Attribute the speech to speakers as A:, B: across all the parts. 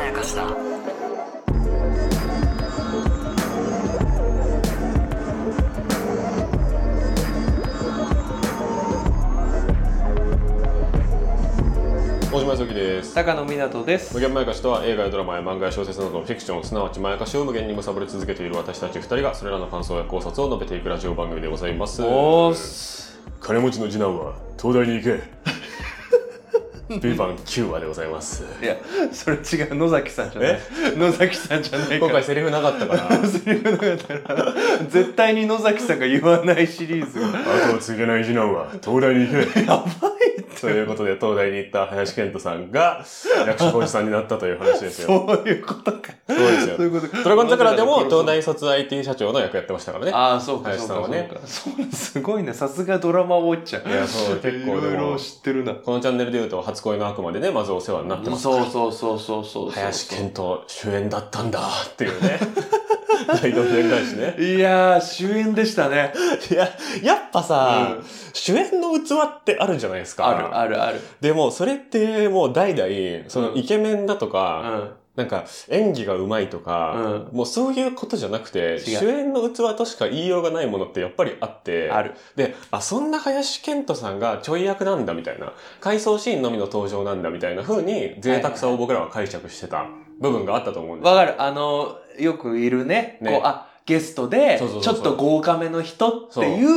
A: やかしだ
B: 大島康之です
C: 坂野湊です
B: 無限まやかしとは映画やドラマや漫画や小説などのフィクションすなわちまやかしを無限に貪り続けている私たち二人がそれらの感想や考察を述べていくラジオ番組でございます
C: おーす
B: 金持ちの次男は東大に行け ビバン9話でございます
C: いやそれ違う野崎さんじゃない野崎さんじゃないか
B: 今
C: ら
B: 回セリフなかったから
C: セリフなかったら 絶対に野崎さんが言わないシリー ズや
B: 後を継げない次男は東大に行 け
C: ばいって
B: ということで東大に行った林健人さん が役所広司さんになったという話ですよ
C: そういうことか
B: そうですよ
C: そういうことか
B: ドラゴン桜でも東大卒 IT 社長の役やってましたからね
C: ああそうか
B: 林
C: そう
B: さん
C: かそ
B: は
C: う
B: ね
C: かそうすごいねさすがドラマウォッチャー
B: いやそう結構でも
C: いろいろ知ってるな
B: このチャンネルで言うと初恋の悪魔でねまずお世話になってます
C: そうそうそうそうそう
B: 林健人主演だったんだっていう ね大動転換しね
C: いやー主演でしたね
B: いややっぱさ、
C: うん
B: 主演の器ってあるじゃないですか
C: あるあるある
B: でもそれってもう代々その
C: うん
B: イケメンだと
C: う
B: か、
C: ん
B: なんか演技がうまいとか、もうそういうことじゃなくて
C: 違う
B: 主演の器としか言いようがないものってやっぱりあって
C: ある
B: であそんな林遣都さんがちょい役なんだみたいな回想シーンのみの登場なんだみたいな風に贅沢さを僕らは解釈してた部分があったと思うんですよ
C: わかる。あの、よくいるね。
B: ね
C: こう、あ、ゲストで、ち
B: そうそうそ
C: ょ
B: う
C: っ
B: そう
C: と豪華めの人っていう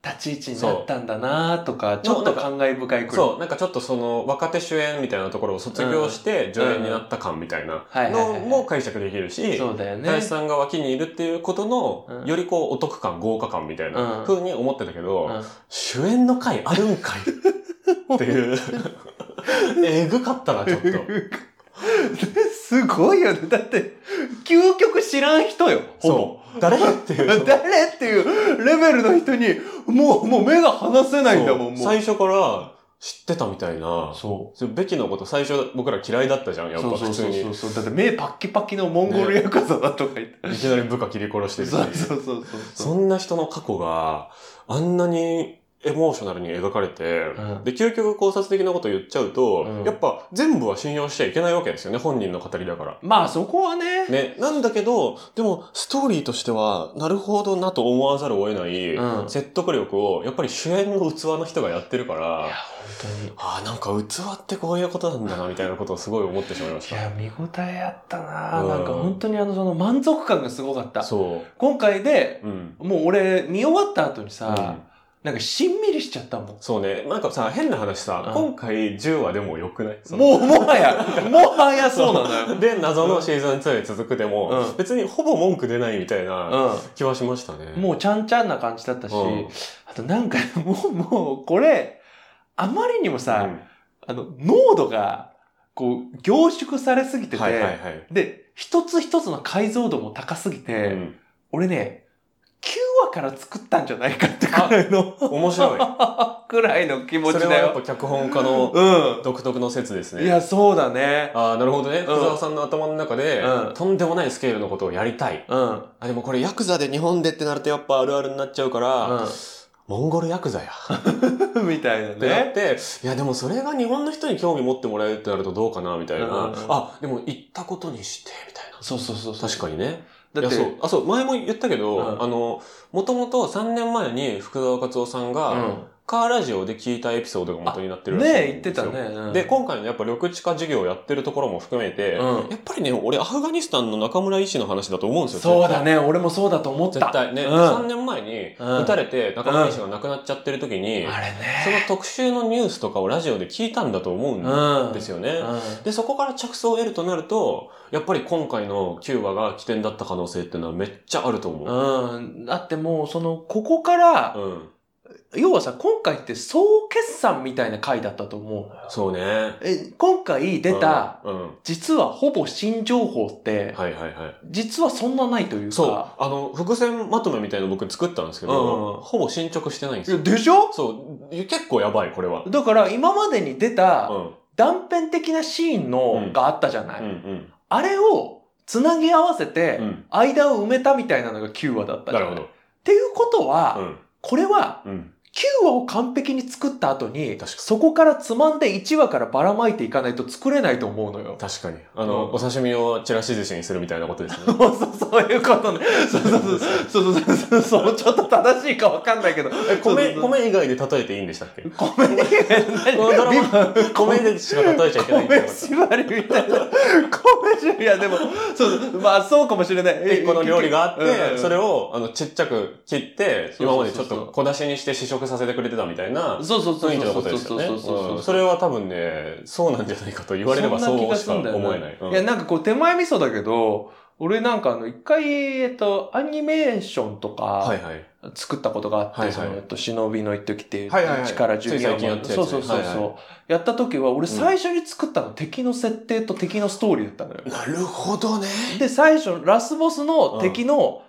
C: 立ち位置になったんだなとか、ちょっと感慨深いくらい。
B: そう、なんかちょっとその若手主演みたいなところを卒業して助演になった感みたいな
C: はいはいは
B: の
C: い
B: も解釈できるし、
C: そうだよね。
B: 林さんが脇にいるっていうことの
C: うん
B: よりこうお得感、豪華感みたいな
C: うん
B: 風に思ってたけ
C: う
B: ど、
C: ん
B: 主演の回あるんかいって いう、えぐかったな、ちょっと。
C: すごいよね。だって、究極知らん人よ。ほ
B: そう。誰ってい
C: ぼ。
B: う。その
C: 誰っていうレベルの人に、もう、もう目が離せないんだもん、
B: そう
C: もう。
B: 最初から知ってたみたいな。
C: そ
B: そうベキのこと最初僕ら嫌いだったじゃん、やっぱ
C: そうそ
B: 普
C: う
B: 通
C: そう
B: に。
C: そ
B: いう
C: そう。だって目パッキパキのモンゴルヤクザだとか言って。
B: きなり部下切り殺して
C: そう
B: るし。
C: そうそうそうそ
B: そ
C: う。
B: んな人の過去があんなにエモーショナルに描かれて、
C: うん
B: で、究極考察的なこと言っちゃうと、
C: うん
B: やっぱ全部は信用しちゃいけないわけですよね、本人の語りだから。
C: まあそこはね。
B: ね、なんだけど、でも、ストーリーとしては、なるほどなと思わざるを得ない、
C: うん
B: 説得力を、やっぱり主演の器の人がやってるから、
C: 本当に。
B: ああ、なんか器ってこういうことなんだな、みたいなことをすごい思ってしまいまし
C: いや、見応えあったな、
B: うん。
C: なんか本当にあの、その満足感がすごかったた。
B: そ
C: 今回で、
B: う。うん。
C: もう俺、見終わった後にさ、
B: うん
C: なんかしんみりしちゃったもん。
B: そうね。なんかさ、変な話さ、
C: うん
B: 今回10話でもよくないその
C: もう、もは や、もはやそうなのよ。
B: で、謎のシーズン2へ続くでも、
C: うん
B: 別にほぼ文句出ないみたいな
C: う
B: 気はしましたね。
C: ん。もうちゃんちゃんな感じだったし、
B: うん
C: あとなんか、もう、もう、これ、あまりにも
B: うん
C: さ、あの、濃度が、こう、凝縮されすぎてて、
B: はいはいはい。
C: で、一つ一つの解像度も高すぎて、
B: うん
C: 俺ね、9話から作ったんじゃないかってくらいの、
B: 面白い。
C: くらいの気持
B: そ
C: ち
B: れは
C: だ
B: やっ
C: よ
B: ぱ。脚本家の
C: う
B: 独特の説です
C: ん。い
B: ね。
C: や、そうだね。
B: ああ、なるほどね。
C: ん
B: 福沢さんの頭の中で
C: う、ん
B: とんでもないスケールのことをやりたい。
C: うん。うん。
B: あ、でもこれヤクザで日本でってなるとやっぱあるあるになっちゃうから、モンゴルヤクザや。
C: みたいな
B: ってなっ
C: ね。
B: て、いやでもそれが日本の人に興味持ってもらえるってなるとどうかな、みたい
C: うんうん
B: な
C: うん。
B: あ、でも行ったことにして、みたいな。
C: そうそうそうそう。
B: 確かにね。
C: だっ
B: いやそう
C: て、
B: あそう前も言ったけど、
C: うん
B: あのもともと3年前に福沢克夫さんが、カーラジオで聞いたエピソードが元になって
C: う
B: る
C: ん。
B: らしいん
C: ねえ、
B: ですよ
C: 言ってたね。うん
B: で、今回のやっぱ緑地化事業をやってるところも含めて、
C: うん
B: やっぱりね俺アフガニスタンの中村医師の話だと思うんですよ
C: そうだね。俺もそうだと思っ
B: 絶対
C: た。
B: 絶対ね、
C: うん
B: 3年前に
C: うん
B: 撃たれて中村医師が亡くなっちゃってる時に、
C: あれ
B: その
C: ね。
B: 特集のニュースとかをラジオで聞いたんだと思うん
C: うん。
B: です
C: よ。
B: よね、
C: うん。
B: で、そこから着想を得るとなると、やっぱり今回のキューバが起点だった可能性っていうのはめっちゃあると思う。
C: うん、だってもう、その、ここから、
B: うん。
C: 要はさ、今回って総決算みたいな回だったと思うのよ。
B: そうね。
C: え、今回出た、
B: うん。うん。
C: 実はほぼ新情報って、
B: はいはいはい。
C: 実はそんなないというか。
B: そう。あの、伏線まとめみたいなの僕作ったんですけ
C: うんうんう
B: ど、
C: ん
B: ほぼ進捗してないんです
C: いや
B: よ。
C: でしょ
B: そう。結構やばい、これは。
C: だから今までに出た
B: うん。
C: 断片的なシーン
B: う
C: の
B: ん
C: があったじゃない、
B: うんうん。
C: あれをつなぎ合わせて
B: うん。
C: 間を埋めたみたいなのが9話だったじ
B: な
C: ゃ
B: る
C: ない
B: ほ
C: っ
B: ど。
C: ていうことは、
B: うん。
C: これは
B: うん。
C: 9話を完璧に作った後に、
B: 確かに
C: そこからつまんで1話からばらまいていかないと作れないと思うのよ。
B: 確かに。あの、
C: うん
B: お刺身をちらし寿司にするみたいなことですね。
C: そうそう、そういうことね。 そうそう そう、そうそうそう、そう、ちょっと正しいかわかんないけど。
B: 米、
C: そうそうそう、
B: 米以外で例えていいんでしたっけこ
C: 米以外
B: のドラ
C: 何
B: マ、米でしか例えちゃいけないんだよ
C: 米。縛りみたいな。米縛り、いやでも、そうそう、まあそうかもしれない。
B: 一個の料理があっ
C: うんうんう
B: て、
C: ん
B: それを、あの、ちっちゃく切って、
C: そうそうそうそう
B: 今までちょっと小出しにして試食させてくれてたみたいな
C: そうそうそう
B: 雰囲気の
C: そうそ
B: こ
C: う
B: とですよね。
C: そうそうそう
B: うんそれは多分ね、そうなんじゃないかと言われれば
C: そんな気
B: そう
C: が
B: し
C: す
B: か
C: るんだよ
B: 思えない。うん
C: いや、なんかこう手前味噌だけど、俺なんかあの一回、えっと、アニメーションと
B: は
C: か
B: いはい。
C: 作ったことがあって、
B: はいはい
C: その、えっと、忍びの一時っていう、
B: はいはいはい
C: 1から12話
B: つい最近やったやつ
C: そうそうそうそう、
B: はいは
C: やった時は、俺
B: うん
C: 最初に作ったの、敵の設定と敵のストーリーだったのよ。
B: なるほどね。
C: で、最初、ラスボスの敵の、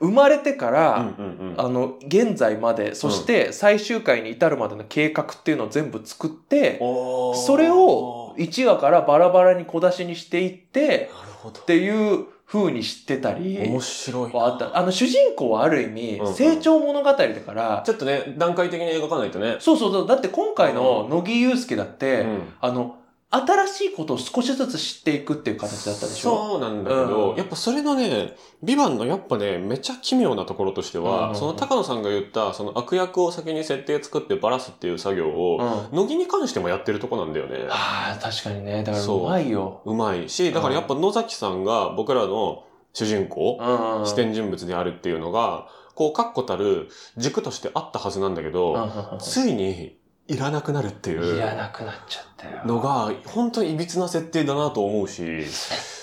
C: 生まれてか
B: うん
C: ら、
B: うんうん。
C: あの、現在まで、そして最終回に至るまでの計画っていうのを全部作って、
B: おー
C: それを、1話からバラバラに小出しにしていって、
B: なるほど
C: っ。ていう風に知ってたり
B: 面白いな。
C: はあった。あの、主人公はある意味
B: うんう、ん
C: 成長物語だから、
B: ちょっとね、段階的に描かないとね。
C: そうそうそう、だって今回の乃木祐介だっ
B: う
C: て、
B: ん
C: あの、新しいことを少しずつ知っていくっていう形だったでし
B: そ
C: ょ
B: うなんだけど、
C: うん
B: やっぱそれのね、ビバンのやっぱね、めちゃ奇妙なところとしては、
C: うん
B: その高野さんが言った、その悪役を先に設定作ってバラすっていう作業
C: うん。
B: を、
C: あ
B: 乃木に関してもやってるとこなんだよね。
C: あ、確かにね。だから、
B: そう
C: うまいよ。
B: うまいし、だからやっぱ野崎さんが僕らの主人公、
C: うん。
B: 視点人物であるっていうのが、こう、確固たる軸としてあったはずなんだけ
C: うん
B: ど、
C: う
B: ついにいらなくなるってい
C: んうん。いら
B: う
C: なくなっちゃったよ。
B: のが、本当に歪な設定だなと思うし、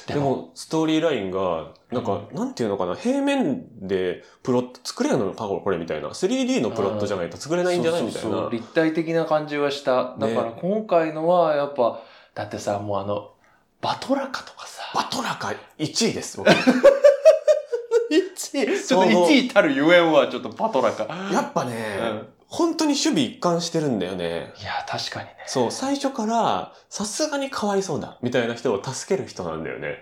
B: でも、ストーリーラインが、なんか、なんていうのかな、平面でプロット作れるのか、これみたいな。3D のプロットじゃないと作れないんじゃないみたい
C: そうそうそう
B: な。
C: 立体的な感じはした。だから今回のは、やっぱ、だってさ、もうあの、バトラカとかさ。
B: バトラカ1位です、 僕や
C: 1位。ち
B: そ
C: ょ
B: の
C: っと1位たるゆえんは、ちょっとパトラか。
B: っぱ
C: う
B: ね、
C: ん
B: 本当に守備一貫してるんだよね。
C: いや、確かにね。
B: そう、最初から、さすがにかわいそうだ、みたいな人を助ける人なんだよね。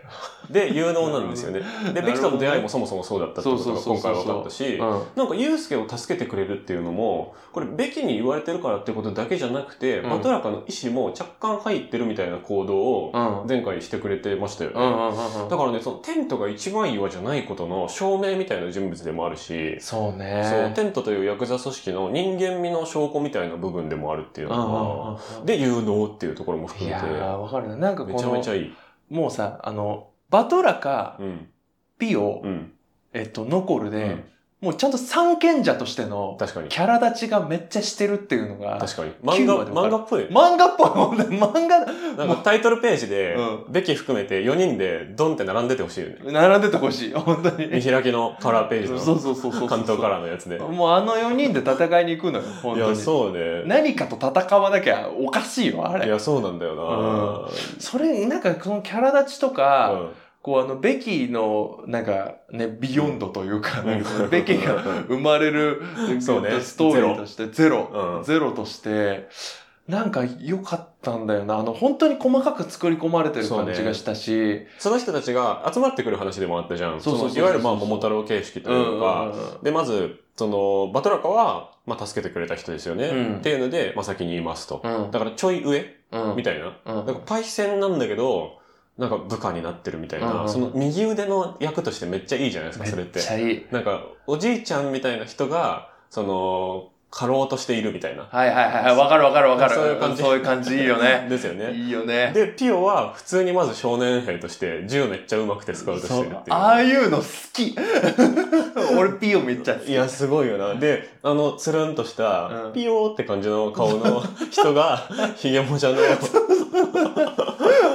B: で、有能 なんですよね。で、ベキとの出会いもそもそもそうだったってことが今回分かったし、
C: う
B: なんか、ユうスケを助けてくれるっていうのも、これ、べきに言われてるからってことだけじゃなくて、
C: うん
B: バトラカの意思も若干入ってるみたいな行動を
C: ん。うん。
B: 前回してくれてましたよね。
C: うんうんうん。
B: だからね、そのテントが一番岩じゃないことの証明みたいな人物でもあるし、
C: そうね。
B: そう、テントというヤクザ組織の人間味の証拠みたいな部分でもあるっていう
C: うんうん
B: の
C: うんう
B: が、
C: ん。
B: で、有能っていうところも含
C: い
B: め
C: や
B: て、
C: ー、わかるな。なんかこ
B: め
C: の、
B: ちゃめちゃいい。
C: もうさ、あの、バトラか、
B: うん、
C: ピオ
B: う、ん、
C: えっと、ノコル
B: う
C: で
B: ん、
C: もうちゃんと三賢者としての、
B: 確かに。
C: キャラ立ちがめっちゃしてるっていうのが、
B: 確かに。漫画、
C: 九話でわか
B: 漫
C: る
B: 画っぽい。
C: 漫画っぽいもんね。漫画だ、
B: なんかタイトルページで、
C: う
B: ベキ含めて4人でドンって並んでてほしいよね。
C: 並んでてほしい。本当
B: 見
C: に。
B: 開きのカラーページ
C: そう
B: の
C: そうそうそう。
B: 関東カラーのやつで。
C: もうあの4人で戦いに行くのよ、
B: い
C: 本当
B: や、
C: に。
B: そうね。
C: 何かと戦わなきゃおかしいよ、あ
B: い
C: れ。
B: や、そうなんだよ
C: それ、なんかこのキャラ立ちと
B: な。
C: か、
B: うん
C: こうあの、ベキの、なんかね、ビヨンドというか、なんかそのベキが
B: うん
C: 生まれる、
B: そうね
C: ストーリーとして、ゼ
B: う
C: ロ
B: ん、
C: ゼロとして、なんか良かったんだよな。あの、本当に細かく作り込まれてる感じがしたし、
B: その人たちが集まってくる話でもあったじゃん。
C: そうそうそうそ
B: のい
C: う
B: わゆるまあ、桃太郎形式というか、で、まず、その、バトラカは、まあ、助けてくれた人ですよね。
C: うん
B: っていうので、まあ、先に言いますと。
C: うんうん
B: だから、ちょい上
C: うん
B: みたいな。
C: うん
B: なんか、パイセンなんだけど、なんか、部下になってるみたいな、
C: うん
B: その、右腕の役としてめっちゃいいじゃないですか、それ
C: め
B: っ
C: っ
B: て。
C: ちゃいい。
B: なんか、おじいちゃんみたいな人が、その、過労としているみたいな。
C: はいはいはいはい。わかるわかるわかる。
B: そういう感じ
C: そういう感じいいよね。
B: ですよ ね。
C: いいよね。
B: で、ピオは普通にまず少年兵として銃めっちゃ上手くてスカウトしてるっていう。
C: ああいうの好き。 俺ピオめっちゃ好き。
B: いや、すごいよな。で、あの、つるんとした、
C: うん
B: ピオーって感じの顔 の人が、ヒゲもじゃの、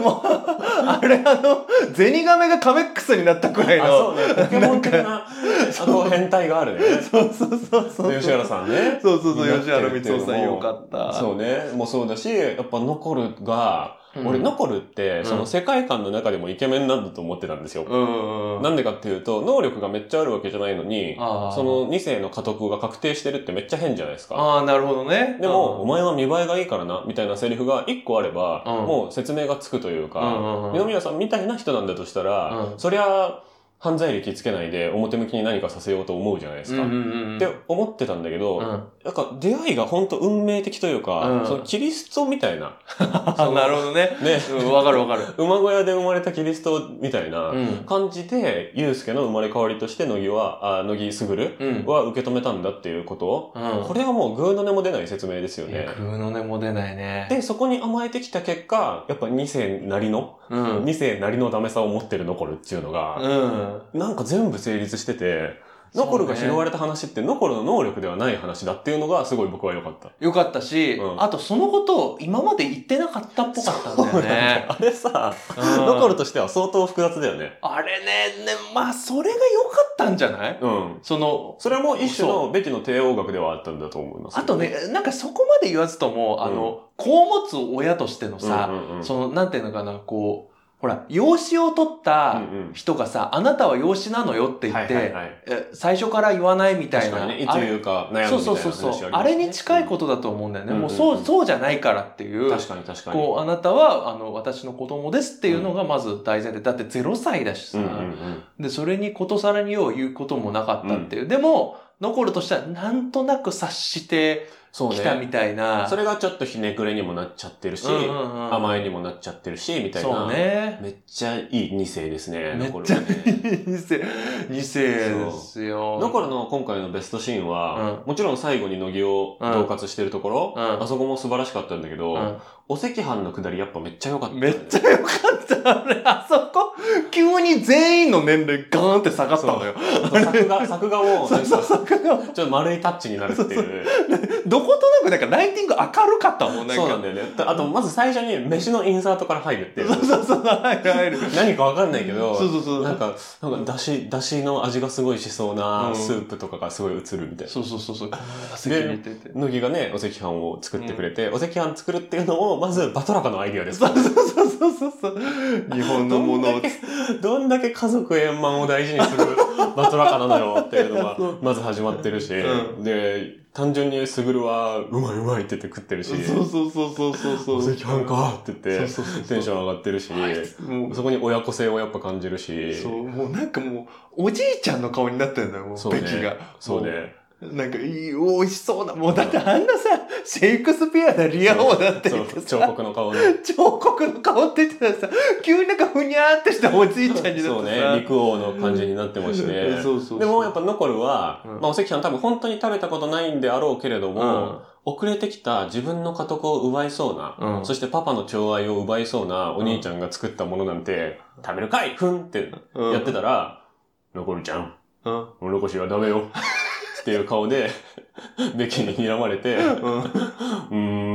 C: もう、あれあの、ゼニガメがカメックスになったくらい
B: あ、そ
C: の。
B: うね、ポケモン的な、あの変態があるね。
C: そうそうそうそう。
B: で吉原さんね。
C: そうそうそう、
B: になって
C: 吉原
B: るっていう
C: 光雄
B: のも
C: さんよかった。
B: そうね、もうそうだし、やっぱノコルが、
C: うん
B: 俺ノコルって、
C: ん
B: その世界観の中でもイケメンなんだと思ってたんですよ。
C: うんうんうん。
B: なんでかっていうと、能力がめっちゃあるわけじゃないのに、
C: あー
B: その2世の家督が確定してるってめっちゃ変じゃないですか。
C: ああ、なるほどね。
B: でも、お前は見栄えがいいからな、みたいなセリフが1個あれば、
C: うん
B: もう説明がつくという
C: うんう
B: か、
C: んうん
B: 二宮さんみたいな人なんだとしたら、
C: うん
B: そりゃ、犯罪歴つけないで表向きに何かさせようと思うじゃないですか。
C: うんう
B: っ
C: んうんうん
B: て思ってたんだけど、
C: うん
B: なんか出会いが本当運命的というか、
C: うん
B: そのキリストみたいな、
C: あなるほどね。
B: ね、
C: うんわかるわかる。
B: 馬小屋で生まれたキリストみたいな
C: うん
B: 感じで、ユうスケの生まれ変わりとして乃木は、あ乃木すぐる
C: うん。
B: は受け止めたんだっていうこと、
C: うん
B: これはもうグーの音も出ない説明ですよ
C: いや
B: ね。
C: 空の音も出ないね。
B: で、そこに甘えてきた結果、やっぱ2世なりの、
C: うん。
B: 2世なりのダメさを持ってるノコルっていうのが、
C: うん。
B: なんか全部成立してて、ノコルが拾われた話ってノコルの能力ではない話だっていうのがすごい僕は良かった。
C: よかったし、
B: うん
C: あとそのことを今まで言ってなかったっぽかったんだよね。
B: あれさ、
C: うん
B: ノコルとしては相当複雑だよね。
C: あれね、ね、まあそれが良かったんじゃない
B: うん。
C: その、
B: それも一種のべきの帝王学ではあったんだと思います。
C: あとね、なんかそこまで言わずとも、あの、子を持つ親として
B: う
C: の
B: ん
C: さ、
B: うんうん、
C: その、なんていうのかな、こう、ほら、養子を取った
B: うんうん
C: 人がさ、あなたは養子なのよって言って、
B: はいはいはい
C: え最初から言わないみたい
B: 確
C: な。
B: かにね、いつ
C: あれ
B: 言うか悩むみたいな話あります
C: そ
B: ね
C: うそうそうそう。あれに近いことだと思うんだよね。
B: うん
C: もう
B: うん
C: そ
B: うん
C: う、そうじゃないからっていう。
B: 確かに確かに。
C: こう、あなたは、あの、私の子供ですっていうのがまず大前提。だって0歳だしさ、
B: うんうんうん
C: で、それにことさらによう言うこともなかったっていう。でも、残るとしたら、なんとなく察して
B: そうね。
C: きたみたいな。
B: それがちょっとひねくれにもなっちゃってるし、
C: うんうんうん
B: 甘えにもなっちゃってるし、みたいな。
C: そうね。
B: めっちゃいい2世ですね。
C: めっちゃ
B: ノコルはね
C: 2世、二世ですよ。
B: だからの今回のベストシーンは、もちろん最後に乃木を恫喝してるところ、
C: うん
B: あそこも素晴らしかったんだけど、
C: うん
B: お赤飯のくだりやっぱめっちゃ良かった、
C: めっちゃ良かった。あれ、あそこ、急に全員の年齢ガーンって下がったのよ。
B: ゃ作 画、作画もなんかちょ
C: そこが
B: っと丸いタッチになるっていう。
C: どことなくなんかライティング明るかったもんね。
B: そうなんだよね。あと、まず最初に飯のインサートから入るっていう。
C: そうそうそう、入る入る。
B: 何かわかんないけど、
C: そうそうそう
B: なんか、なんか、だし、だしの味がすごいしそう
C: う
B: なんスープとかがすごい映るみたいな。
C: そうそうそうそう。この席にてて。
B: 乃木がね、お赤飯を作ってくれて、お赤飯作るっていうのを、まずバトラカのアイディアです
C: そ
B: から
C: うそうそうそうそうそう。日本のもの
B: ど
C: を
B: んだ。けどんだけ家族円満を大事 にするバトラカなのよっていうのが
C: そう
B: まず始まってるし、
C: う
B: で単純にスグルはうまいうまいって言って食ってるし
C: そうそうそうそうそうそう。
B: お赤飯かって言って
C: そうそうそう
B: テンション上がってるし、
C: もう
B: そこに親子性をやっぱ感じるし
C: そう、もうなんかもう、おじいちゃんの顔になってるんだよ、もう、
B: そうね
C: ベキが。
B: そうね
C: もう。なんか、いい、美味しそうな。もう、だってあんなさ、シェイクスピアなリア王だって言って
B: そう
C: さ、
B: 彫刻の顔の
C: 彫刻の顔って言ってたらさ、急になんかふにゃーってしたおじいちゃんになってさ。
B: そうね陸王の感じになってまして
C: そうそうそう
B: でもやっぱノコルは、
C: うん
B: まあ、お赤飯多分本当に食べたことないんであろうけれども、遅れてきた自分の家督を奪いそうな、
C: うん
B: そしてパパの寵愛を奪いそうなお兄ちゃんが作ったものなんて、食べるかいふんって
C: うん、
B: やって
C: た。
B: たら、残るじゃん。
C: うん。
B: お残しはダメよ。 っていう顔で、ベキに睨まれて、う
C: うん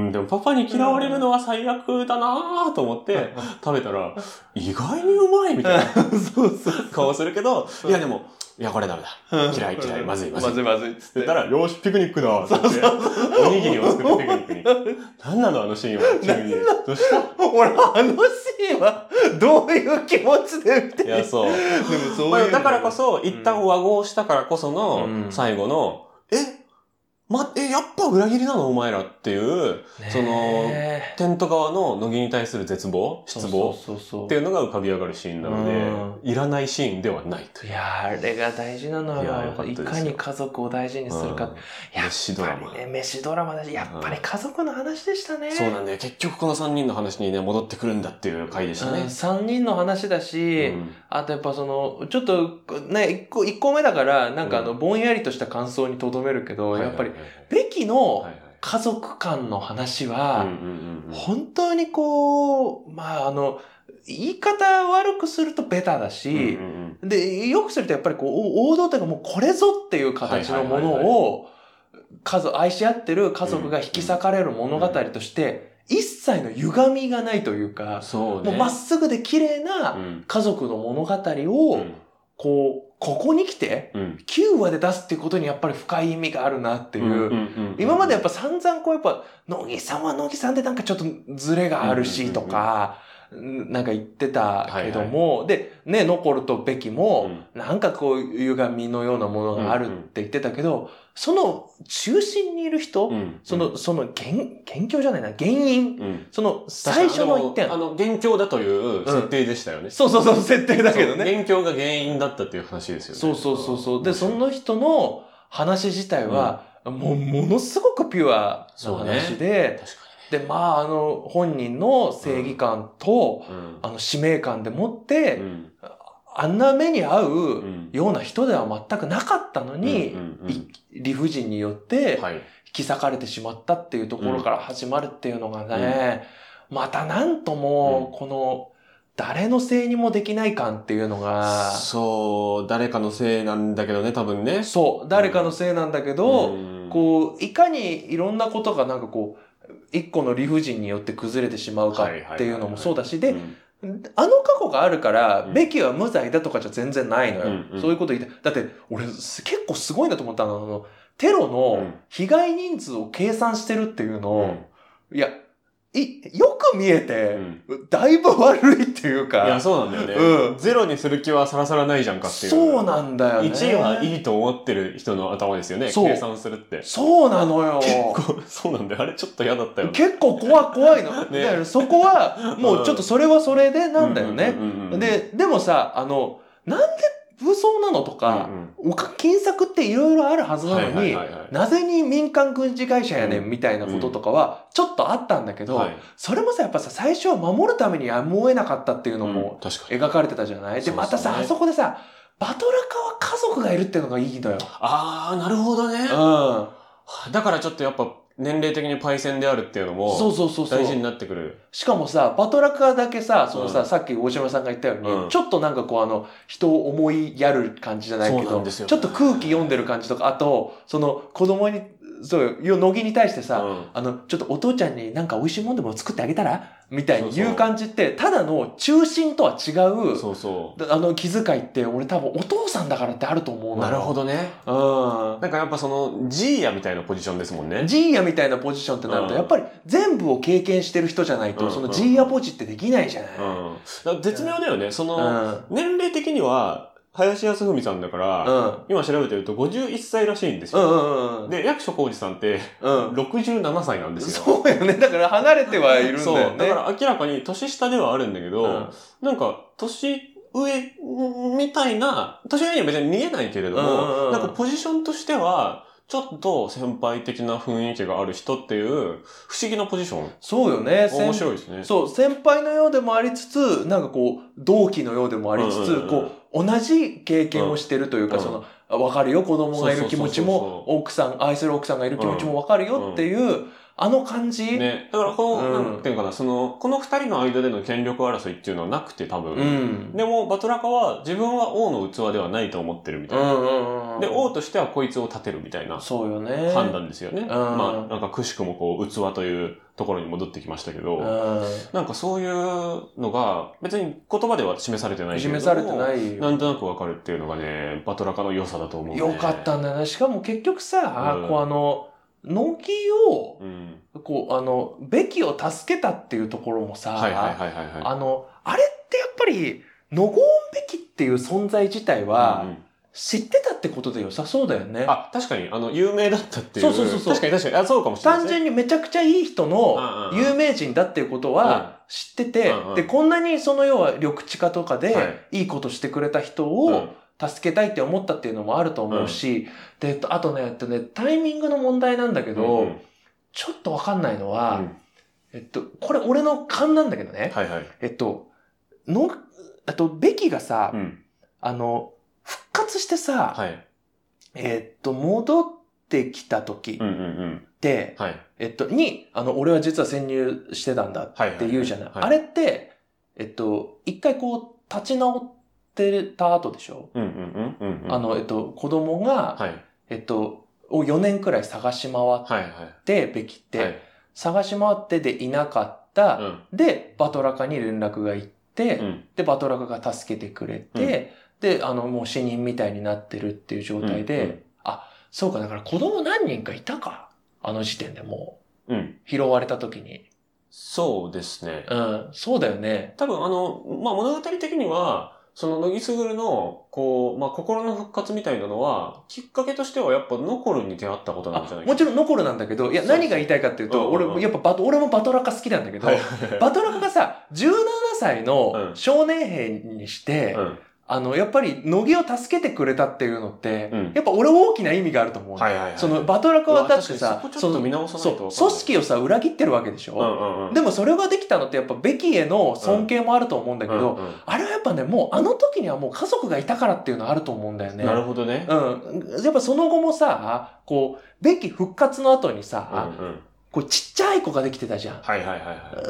B: ーん、でもパパに嫌われるのは最悪だなぁと思って、食べたら、意外にうまいみたいな
C: そうそう。
B: 顔するけど、
C: うん
B: いやでも、いやこれダメだ。嫌い嫌いまずいまずい
C: まずいまずいっつっ
B: って
C: て
B: 言ったら、よーし、ピクニックだって言って、おにぎりを作ってピクニックに。何なのあのシーンは、急に。どうした
C: 俺あのシーンはどういう気持ちで見て
B: い
C: る
B: や、そう。
C: でもそ
B: まあ、だからこ
C: そ
B: そ、一旦和合したからこそ
C: う
B: の、
C: ん
B: 最後の、え、ま、え、やっぱ裏切りなのお前らっていう、そのテント側の乃木に対する絶望、失望
C: そうそう
B: っ
C: そ
B: て
C: う
B: いうのが浮かび上がるシーンなので、いらないシーンではないと
C: い
B: いう。
C: やーあれが大事なのよ
B: いやよかったです
C: い
B: よ
C: かに家族を大事にするか、
B: うん
C: やっ
B: 飯ド
C: ぱ
B: ラマ
C: り。ね飯ドラマだしやっぱり家族の話でしたね、
B: そうなんだよ。結局この3人の話にね、戻ってくるんだっていう回でした
C: う
B: ね
C: ん。三人の話だし、
B: うん
C: あとやっぱその、ちょっとね、一個、一個目だから、なんかあの、
B: う
C: ぼんやりとした感想にとどめるけど、やっぱり、、
B: はいはい
C: べき
B: はい
C: の
B: はい
C: 家族間の話
B: うんうんう
C: は、
B: んうん
C: 本当にこう、まああの、言い方悪くするとベタだし
B: うん、うんうん
C: で、よくするとやっぱりこう、お王道というかもうこれぞっていう形のもの
B: はいはいは
C: を、家族、愛し合ってる家族が引き裂かれる物語として、一切の歪みがないというか、
B: そうね。
C: もうまっすぐで綺麗
B: う
C: なん家族の物語
B: う
C: を、
B: ん
C: こう、ここに来て、
B: うん
C: 9話で出すっていうことにやっぱり深い意味があるなっていう。今までやっぱ散々こうやっぱ、乃木さんは乃木さんでなんかちょっとズレがあるしとか、なんか言ってたけども、で、ね、ノコルとベキも、なんかこう、歪みのようなものがあるって言ってたけど、その中心にいる人、
B: うん
C: その、その、元、元凶じゃないな、原因、
B: うん
C: その最初の一
B: 確かにで
C: 点
B: も。あの、元凶だという設定でしたよね。
C: そうそうそう、設定だけどね。
B: 元凶が原因だったっていう話ですよね。
C: そうそうそうそう。で、
B: ん
C: そ、の人の話自体は、もう、ものすごくピュアな話で、
B: 確か
C: で、まあ、あの、本人の正義感と、
B: に。うん
C: あの、使命感でもって、
B: うん
C: あんな目に遭
B: う
C: うんような人では全くなかったのに、
B: うんうんうん
C: い理不尽によって、
B: はい。
C: 引き裂かれてしまったっていうところから始まるっていうのがね、またなんとも、この、誰のせいにもできない感っていうのが、
B: そう、誰かのせいなんだけどね、多分ね。
C: そう、誰かのせいなんだけど、
B: うん
C: こう、いかにいろんなことがなんかこう、一個の理不尽によって崩れてしまうかっていうのもそうだし、で
B: う、ん
C: あの過去があるから、
B: うん
C: ベキは無罪だとかじゃ全然ないのよ。
B: うんうん
C: そういうこと言って。だって、俺、す結構すごいなと思ったのはあの、テロ
B: う
C: の
B: ん
C: 被害人数を計算してるっていうのを、
B: うん
C: いや、い、よく見え
B: う
C: て、
B: ん
C: だいぶ悪いってい
B: い
C: う
B: や、
C: か、
B: そうなんだよね。
C: うん
B: ゼロにする気はさらさらないじゃんかっていう。
C: そうなんだよね。
B: 1はいいと思ってる人の頭ですよね。
C: そう
B: 計算するって。
C: そうなの よ。
B: こうそうなんだよ。あれちょっと嫌だったよね。
C: 結構怖い怖いの。
B: ね
C: だからそこは、もうちょっとそれはそれでなんだよね。
B: うんうんうんうん、
C: で、でもさ、あの、なんで武装なのと
B: うん
C: か、
B: うん
C: おか金策っていろいろあるはずなのに、
B: はいはいはいはい
C: なぜに民間軍事会社やね
B: うんん
C: みたいなこととかはちょっとあったんだけど、
B: はい
C: それもさやっぱさ最初は守るためにやむを得なかったっていうの
B: うん
C: も
B: 確かに。
C: 描かれてたじゃない、で
B: そうですね
C: またさあそこでさバトラカは家族がいるっていうのがいいのよ。
B: あー、なるほどね。
C: う
B: だからちょっとやっぱ年齢的にパイセンであるっていうの
C: ん、そ
B: も
C: うそうそうそ
B: 大事に
C: う
B: なってくる。
C: しかもさバトラカだけさそのさ、
B: うん
C: さっき大島さんが言ったように、
B: うん
C: ちょっとなんかこうあの人を思いやる感じじゃないけ
B: そうな
C: ど
B: んですよね
C: ちょっと空気読んでる感じとかあとその子供にそうよ乃木に対してさ、
B: うん
C: あの、ちょっとお父ちゃんになんか美味しいもんでも作ってあげたらみたいに
B: そう
C: 言
B: そうう
C: 感じって、ただの中心とは違う、
B: そうそ
C: あの気遣いって俺多分お父さんだからってあると思う
B: う。
C: の。
B: なるほどね。
C: ど。
B: なんかやっぱその、ジーヤみたいなポジションですもん
C: う
B: ね
C: ん。。ジーヤみたいなポジションってなる
B: うん
C: と、やっぱり全部を経験してる人じゃないと、
B: うん
C: そのジーヤポジってできないじゃない。
B: うん。だから絶妙だよね。その、
C: うん。
B: 年齢的には、林康文さんだから、
C: うん。
B: 今調べてると51歳らしいんです
C: う
B: よ。
C: んうんうん。
B: で、役所広司さんって
C: うん。
B: 67歳なんですよ。
C: そうよね。だから離れてはいるんだ
B: そ
C: よ
B: う。
C: ね。
B: だから明らかに年下ではあるんだけど、
C: うん
B: なんか、年上みたいな、年上には別に見えないけれども、
C: うんうんうん
B: なんかポジションとしては、ちょっと先輩的な雰囲気がある人っていう、不思議なポジション。
C: そうよね。
B: 面白いですね。
C: そう、先輩のようでもありつつ、なんかこう、同期のようでもありつつ、
B: うんうんうん
C: こう、同じ経験をしてるというか、
B: うん
C: その、わかるよ、子供がいる気持ち
B: そうそうそう
C: も、奥さん、愛する奥さんがいる気持ちもわかるよっていう、あの感じ、
B: ね。だから、この、
C: うん
B: なんていうのかな、その、この二人の間での権力争いっていうのはなくて、多分。
C: うん。
B: でも、バトラカは自分は王の器ではないと思ってるみ
C: う
B: たいな。
C: んうんうん。
B: で、王としてはこいつを立てるみたいな。
C: そうよね。
B: 判断ですよね。
C: ん
B: まあ、なんかくしくもこう、器というところに戻ってきましたけど、なんかそういうのが、別に言葉では示されてな
C: うん。
B: いけれども
C: 示されてないよ。
B: んとなくわかるっていうのがね、バトラカの良さだと思う、ね。
C: よかった。んだよね。しかも結局さ、
B: うん
C: こうあの、乃木を、
B: うん。
C: こう、あの、べきを助けたっていうところもさ、
B: はいはいはいはいはい。
C: あの、あれってやっぱり、ノゴーンべきっていう存在自体
B: うんう
C: は、
B: ん
C: 知ってたってことで良さそうだよね。
B: あ、確かに、あの、有名だったっていう。
C: そうそうそうそう
B: 確かに確かに。あ、そうかもしれない
C: 単
B: ですね。
C: 純にめちゃくちゃいい人の
B: うんうんうん
C: 有名人だっていうことは知ってて
B: うんう、ん
C: で、こんなにその要は緑地化とか
B: は
C: でいいことしてくれた人を助けたいって思ったっていうのもあると思うし、で、えっとあとね、えっとね、タイミングの問題なんだけ
B: け
C: ど、ちょっとわかんないのは、えっと、これ俺の勘なんだけどね、
B: はいはい。
C: えっと、の、えっと、ベキがさ
B: う、ん。
C: あの、復活してさ、
B: はい。
C: えーっと、戻ってきた時
B: う
C: っ
B: んうんうん。
C: て、
B: はい。
C: えっと、に、あの、俺は実は潜入してたんだって言うじゃない。
B: はい
C: あ
B: はいはい
C: れって、えっと、一回こう、立ち直ってた後でしょ、
B: うんうんうんうんうん。
C: あ、の、えっと、子供が、
B: はい。
C: えっと、を4年くらい探し回っ
B: はいはい。
C: て、べきって、
B: はい
C: 探し回ってでいなかった、
B: うん
C: で、バトラカに連絡が行って、
B: うん
C: で、バトラカが助けてくれて、で、あの、もう死人みたいになってるっていう状態で、
B: うんうん
C: あ、そうか、だから子供何人かいたか。あの時点でもう、
B: うん
C: 拾われた時に。
B: そうですね。
C: うん。そうだよね。
B: 多分あの、まあ、物語的には、その、乃木卓の、こう、まあ、心の復活みたいなのは、きっかけとしてはやっぱノコルに出会ったことなんじゃ
C: あ
B: ないか
C: もちろん残るなんだけど、いや、
B: そうそう
C: 何が言いたいかっていう
B: う
C: と、
B: んうんうん
C: 俺、やっぱバト、俺もバトラカ好きなんだけど、
B: はい
C: バトラカがさ、17歳の
B: うん
C: 少年兵にして、
B: うん。
C: あの、やっぱり、乃木を助けてくれたっていうのって、
B: うん
C: やっぱ俺大きな意味があると思うの、
B: はいはいはい。
C: その、バトラカはだってさ
B: うわ確かにそこ、ち
C: そ
B: ょっと
C: の
B: 見直さないと
C: そ
B: わかんな
C: う、
B: い
C: 組織をさ、裏切ってるわけでし
B: う
C: ょ、
B: んうんうん。
C: で
B: も、
C: もそれができたのってやっぱ、ベキへの尊敬もあると思うんだけど、
B: うんうん
C: あれはやっぱね、もうあの時にはもう家族がいたからっていうのはあると思うんだよね。
B: なるほどね。
C: うん。やっぱその後もさ、こう、ベキ復活の後にさ、
B: うんうん
C: こうちっちゃい子ができてたじゃん。
B: はいはいはい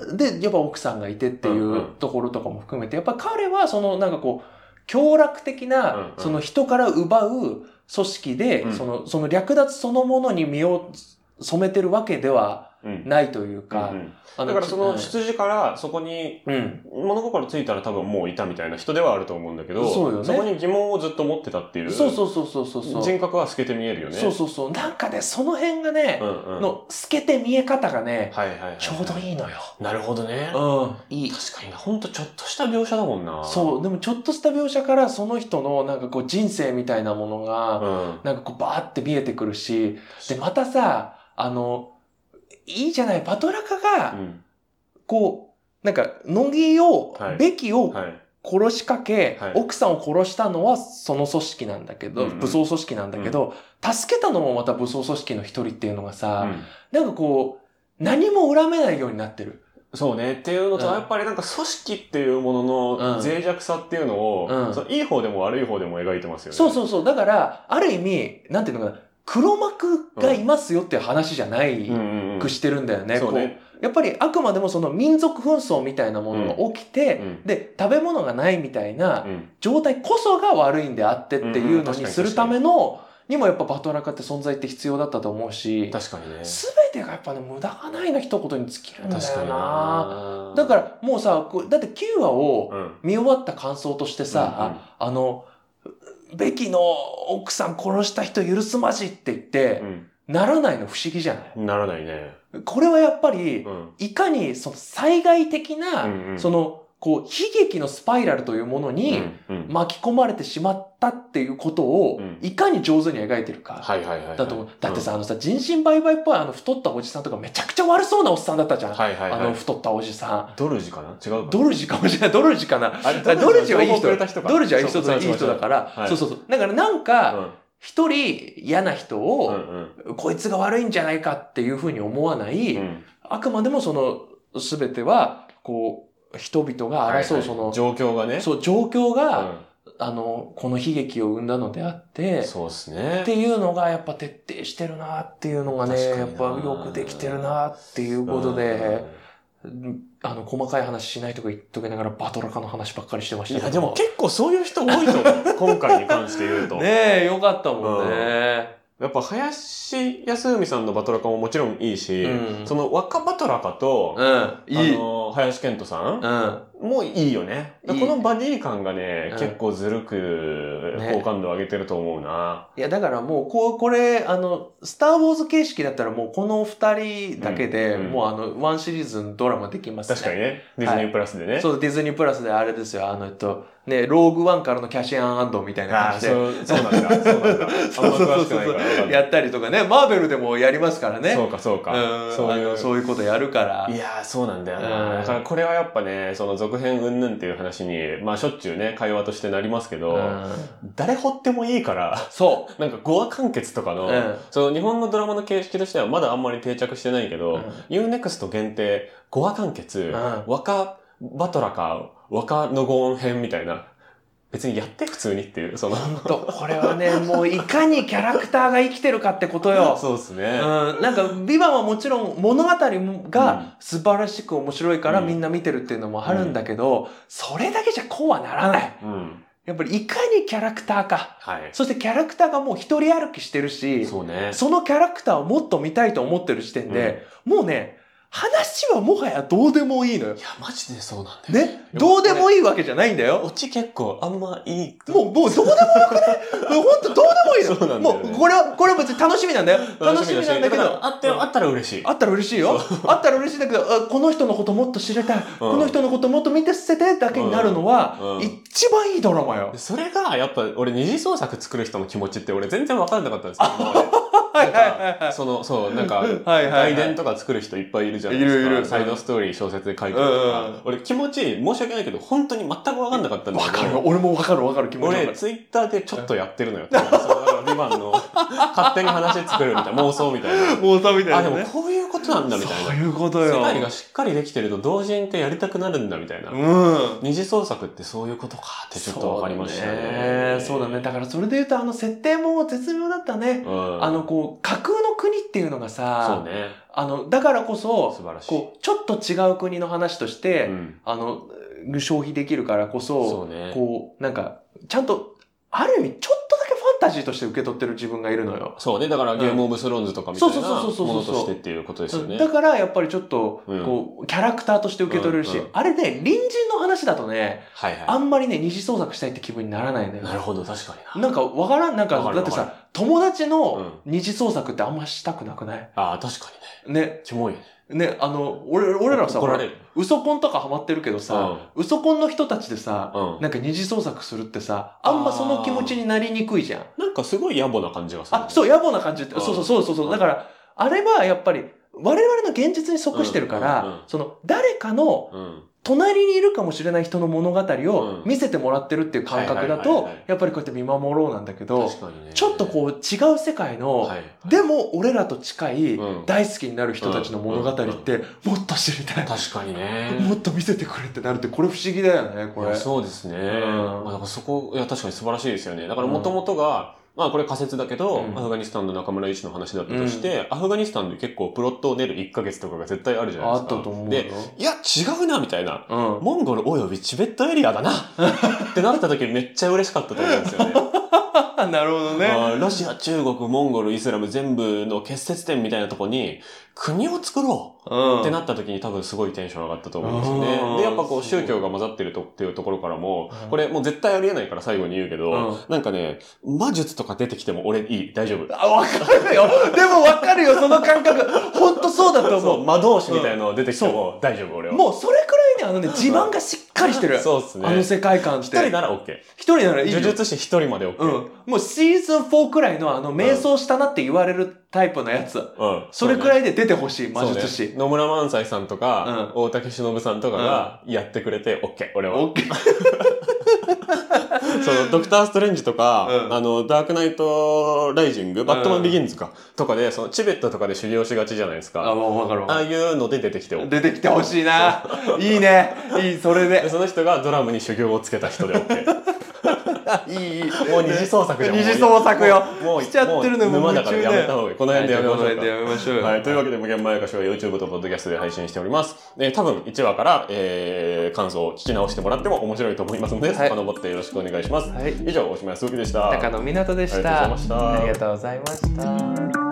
B: は
C: で、やっぱ奥さんがいてってい
B: んう
C: うんところとかも含めて、やっぱ彼はそのなんかこう、強楽的
B: うん
C: な
B: うん、
C: その人から奪う組織
B: う
C: で、
B: ん。
C: その、その略奪そのものに身を染めてるわけではい
B: うん。
C: ないという
B: う
C: か
B: んう、ん
C: あ
B: だからその
C: ち
B: 出自からそこに
C: うん。
B: 物心ついたら多分もういたみたいな人ではあると思うんだけど、
C: そうよね
B: こに疑問をずっと持ってたっていう、
C: そうそうそうそうそうそう。
B: 人格は透けて見えるよね。
C: そうそうそう。なんかね、その辺がね、
B: んうん、
C: の透けて見え方がね、
B: はいはいはい、
C: ちょうどいいのよ。
B: なるほどね。
C: うん。いい。
B: 確かにな、ほんとちょっとした描写だもんな。
C: そう、でもちょっとした描写からその人のなんかこう人生みたいなもの
B: うん。
C: が、なんかこうバーって見えてくるし、で、
B: も、
C: またさ、あの、いいじゃない、バトラカ
B: う
C: が、
B: ん、
C: こう、なんか、乃木を、
B: はい
C: べきを
B: はい。
C: 殺しかけ、
B: はい
C: 奥さんを殺したのはその組織なんだけど、
B: うんうん
C: 武装組織なんだけど、助けたのもまた武装組織の一人っていうのが
B: う
C: さ、
B: ん
C: なんかこう、何も恨めないようになってる。
B: そうね。っていうのと、
C: うん
B: やっぱりなんか組織っていうもの
C: う
B: の
C: ん
B: 脆弱さっていうのを、
C: うん
B: そのいい方でも悪い方でも描いてますよね。
C: そうそうそう。だから、ある意味、なんていうのかな、黒幕がいますよっていう話じゃない
B: うんうんうん
C: くしてるんだよね。
B: そうね。
C: こうやっぱりあくまでもその民族紛争みたいなものが起きて、
B: うん
C: で、食べ物がないみたいな
B: うん
C: 状態こそが悪いんであってっていう
B: う
C: の
B: んうん確か
C: に
B: に
C: するための、にもやっぱバトラカって存在って必要だったと思うし、
B: 確かにね。
C: すべてがやっぱね、無駄がないの一言に尽きるんだ
B: 確か
C: よ
B: に
C: な。
B: な
C: だからもうさ、こうだって9話を
B: うん、
C: 見終わった感想としてさ、あの、ベキの奥さん殺した人許すまじって言って
B: う、ん、
C: ならないの不思議じゃな
B: うんならないね。
C: いこれはやっぱり
B: う、ん。
C: いかにその災害的な、
B: うんうん
C: その、こう、悲劇のスパイラルというものに
B: うんうん
C: 巻き込まれてしまったっていうことを
B: うん、
C: いかに上手に描いてるか。
B: はいはいはいはい。
C: だと思う。だってさ、あのさ、人身売買っぽいあの太ったおじさんとかめちゃくちゃ悪そうなおっさんだったじ
B: う
C: ゃ
B: ん、
C: ん。
B: はいはい
C: あ
B: はい。
C: の太ったおじさん。
B: ドルジかな違うか
C: ドルジかもしれない。ドルジかな。
B: あれ
C: ドルジはいい
B: 情報く
C: 人
B: れた人。か
C: ドルジはいい人
B: そ
C: だ
B: う
C: いい人だから。
B: はい
C: そうそうそう。だからなんか、
B: うん
C: 一人嫌な人
B: う
C: を、
B: んうん
C: こいつが悪いんじゃないかっていうふうに思わない、
B: うん
C: あくまでもその全ては、こう、人々が争うその、
B: 状況がね。
C: そう、状況
B: う
C: が、
B: ん
C: あの、この悲劇を生んだのであって、
B: そうです
C: っ
B: ね。
C: ていうのがやっぱ徹底してるなっていうのがね、
B: 確か
C: やっ
B: にな
C: ぱよくできてるなっていうことで、うんあの、細かい話しないとか言っときながらバトラカの話ばっかりしてまし
B: うん。
C: た
B: い
C: け
B: や、
C: ど。
B: でも結構そういう人多いと思う。 今回に関して言うと。
C: ねえ、よかったもんね。
B: やっぱ林康文さんのバトラカももちろんいいし、
C: うん
B: その若バトラカと、
C: うん、いい。
B: あの、林健人さん
C: うん。
B: もういいよね。
C: いい
B: このバディ感がね、
C: うん
B: 結構ずるく
C: ね
B: 好感度を上げてると思うな。
C: いや、だからもう、こう、これ、あの、スターウォーズ形式だったらもうこの二人だけで、
B: うんうん
C: もうあの、ワンシリーズのドラマできますね。
B: 確かにね、ディズニープラスでね。
C: そう、ディズニープラスであれですよ、あの、えっと、ね、ローグワンからのキャシアンアンドみたいな
B: ああ
C: 感じで、
B: そうそうなんだ。そうなんだ。あんま詳しくないから分かんない
C: やったりとかね、マーベルでもやりますからね。
B: そうか、そうか
C: ん。
B: そう
C: あ
B: い
C: の
B: う。
C: そういうことやるから。
B: いやー、そうなんだよ
C: うん
B: な。だからこれはやっぱね、その続編云々っていう話に、まあしょっちゅうね、会話としてなりますけ
C: う
B: ど、
C: ん
B: 誰掘ってもいいから、
C: そ
B: なんか5話完結とか
C: う。
B: の
C: う、ん
B: その日本のドラマの形式としてはまだあんまり定着してないけ
C: う
B: ど
C: ん、
B: UNEXT 限定5話完結、
C: う
B: 若バトラか若のご恩編みたいな、別にやって普通にって いう、その、
C: ほんと、これはね、もういかにキャラクターが生きてるかってことよ。
B: そうです
C: う
B: ね。
C: ん、なんか、ビバンはもちろん物語
B: うん
C: が素晴らしく面白いから
B: うん
C: みんな見てるっていうのもあるんだけど、それだけじゃこうはならない。
B: うん。
C: やっぱりいかにキャラクターか。
B: はい。
C: そしてキャラクターがもう一人歩きしてるし、
B: そうね。
C: そのキャラクターをもっと見たいと思ってる時点で、もうね、話はもはやどうでもいいのよ
B: い。や、マジでそうなんだよ。
C: ね、どうでもいいわけじゃないんだよ。
B: オチ結構あんまいい。
C: もう、もうどうでもよくないもう本当どうでもいい
B: そうな
C: の。
B: んだよね
C: もう、これは、これは別に楽しみなんだよ。楽しみなんだけ
B: から
C: ど。
B: あって、あったら嬉しい。
C: あったら嬉しいよ。あったら嬉しいんだけど、あこの人のこともっと知れたい。この人のこともっと見て捨ててだけになるのは
B: うんうん、
C: 一番いいドラ マよ。
B: それが、やっぱ、俺、二次創作作る人の気持ちって、俺、全然分かんなかったんですよ。今まで
C: はいはいはい。
B: その、そう、なんか、
C: はいはいは
B: 外
C: い
B: 伝とか作る人いっぱいいるじゃないですか。
C: いるいる
B: サイドストーリー小説で書いてるとか。
C: うんうん
B: 俺、気持ち、申し訳ないけど、本当に全く分かんなかったんだ
C: わか
B: け
C: る。
B: ど。
C: 俺もわかるわかる気持ちわか
B: 俺、
C: る。
B: ツイッターでちょっとやってるのよ。だから、そのだからビバンの、勝手に話作るみたいな、妄想みたいな。
C: もうさみた
B: あ、
C: い
B: で
C: な
B: も
C: ね。
B: こういうことなんだみたい
C: そ
B: な。
C: ういうことよ。
B: 世界がしっかりできてると同時にってやりたくなるんだみたいな。
C: うん。
B: 二次創作ってそういうことかってちょっと分かりましたね。
C: そうだね。だからそれで言うと、あの、設定も絶妙だったね。
B: うん。
C: あの、こう、架空の国っていうのが
B: そう
C: さ、
B: ね。
C: あの、だからこそ、
B: 素晴らしい。
C: こう、ちょっと違う国の話として、
B: うん
C: あの、消費できるからこそ、
B: そうね。
C: こう、なんか、ちゃんと、ある意味、ちょっとだけファンタジーとして受け取ってる自分がいるのよ。
B: そうね。だから、
C: うん
B: ゲームオブスローンズとかみたいな
C: そうそうそうそうそう
B: ものとしてっていうことですよね。
C: だから、やっぱりちょっと、
B: うん
C: こう、キャラクターとして受け取れるし、
B: うんうん
C: あれね、隣人の話だとね、
B: はいはい。
C: あんまりね、二次創作したいって気分にならないんだよ。
B: なるほど、確かにな。
C: なんか、わからん、なんか
B: わか、る
C: だって
B: わ
C: さ、友達の二次創作ってあんましたくなくない
B: ああ、確かにね。
C: ね、
B: キモいよね。
C: ね、あの、俺、俺らさ、
B: 怒られる。
C: ウソコンとかハマってるけどさ、ウソコンの人たちでさ、
B: うん。うん。
C: なんか二次創作するってさ、あんまその気持ちになりにくいじゃん。
B: なんかすごい野暮な感じがするね。
C: あ、そう、野暮な感じって、
B: うん
C: そうそうそうそうそうう。
B: ん
C: だから、あれはやっぱり、我々の現実に即してるか
B: うんうんうん
C: ら、その、誰かの
B: うん。
C: 隣にいるかもしれない人の物語を
B: うん
C: 見せてもらってるっていう感覚だ
B: はいはい
C: と
B: はいはい、
C: やっぱりこうやって見守ろうなんだけど、
B: 確かにね。
C: ちょっとこう違う世界
B: う
C: の
B: は、い。
C: でも俺らと近い
B: うん
C: 大好きになる人たちの物語ってもっと知りたい。
B: 確かにね。
C: もっと見せてくれってなるって、これ不思議だよね、こ
B: い
C: れ。
B: やそうですね。
C: ん
B: まあ、だからそこ、いや、確かに素晴らしいですよね。だから元々が、まあこれ仮説だけど、
C: うん
B: アフガニスタンの中村一の話だったとして、アフガニスタンで結構プロットを練る1ヶ月とかが絶対あるじゃない
C: あ
B: で
C: っ
B: す
C: た
B: か。
C: と思うよ。
B: で、いや、違うな、みたいな。
C: うん。
B: モンゴルおよびチベットエリアだなってなった時めっちゃ嬉しかったと思うんですよ ね。
C: なるほど
B: ま
C: ね。
B: あロシア、中国、モンゴル、イスラム全部の結節点みたいなとこに国を作ろう
C: うん。
B: ってなった時に多分すごいテンション上がったと思うんですよ
C: う
B: ね。
C: ん
B: で、やっぱこう
C: すごい
B: 宗教が混ざってるとっていうところからも
C: うん、
B: これもう絶対ありえないから最後に言うけ
C: うん
B: ど、なんかね、魔術とか出てきても俺いい、大丈夫。
C: あ、わかるよ。でもわかるよ、その感覚。ほんとそうだと
B: そ
C: 思
B: う、魔導士みたいなの出てきても大丈夫、俺
C: う。
B: は。
C: もうそれくらいね、あのね、地盤がしっかりしてる。
B: そうっすね。
C: あの世界観っ
B: 一人
C: て。
B: なら OK。
C: 一人ならいいよ
B: 呪。術師一人まで OK。
C: うん。もうシーズン4くらいのあの、瞑想したなって言われるタイプのやつ。
B: うん。
C: それく
B: い
C: らいで出てほしい、魔術師。
B: 野村萬斎さんとか、大竹しのぶさんとかがやってくれて OK、俺は。
C: オッケー。
B: その、ドクター・ストレンジとか、
C: うん
B: あの、ダークナイト・ライジング、バットマン・ビギンズか、とかで、その、チベットとかで修行しがちじゃないです
C: あ、
B: か。
C: もうわかる
B: ああ
C: わ。
B: いうので出てきてお
C: 出てきてほしいな。いいね。いい、それ
B: で
C: で。
B: その人がドラムに修行をつけた人で OK。
C: い い、いい。
B: もう二次創作じゃん。
C: 二次創作よ
B: もう、もう
C: しちゃってるのよ
B: もう沼だから
C: 夢
B: やめ
C: 中だよ
B: た方がいい。この辺でやめましょうか。
C: やめましょうよ。
B: はい。というわけで、無限前歌手は YouTube と Podcast で配信しております。えー多分1話から、えー感想を聞き直してもらっても面白いと思いますので、
C: はい
B: 遡ってよろしくお願いします。
C: はい
B: 以上、大島康之でした。
C: 高野湊斗でした。
B: ありがとうございました
C: ありがとうございました。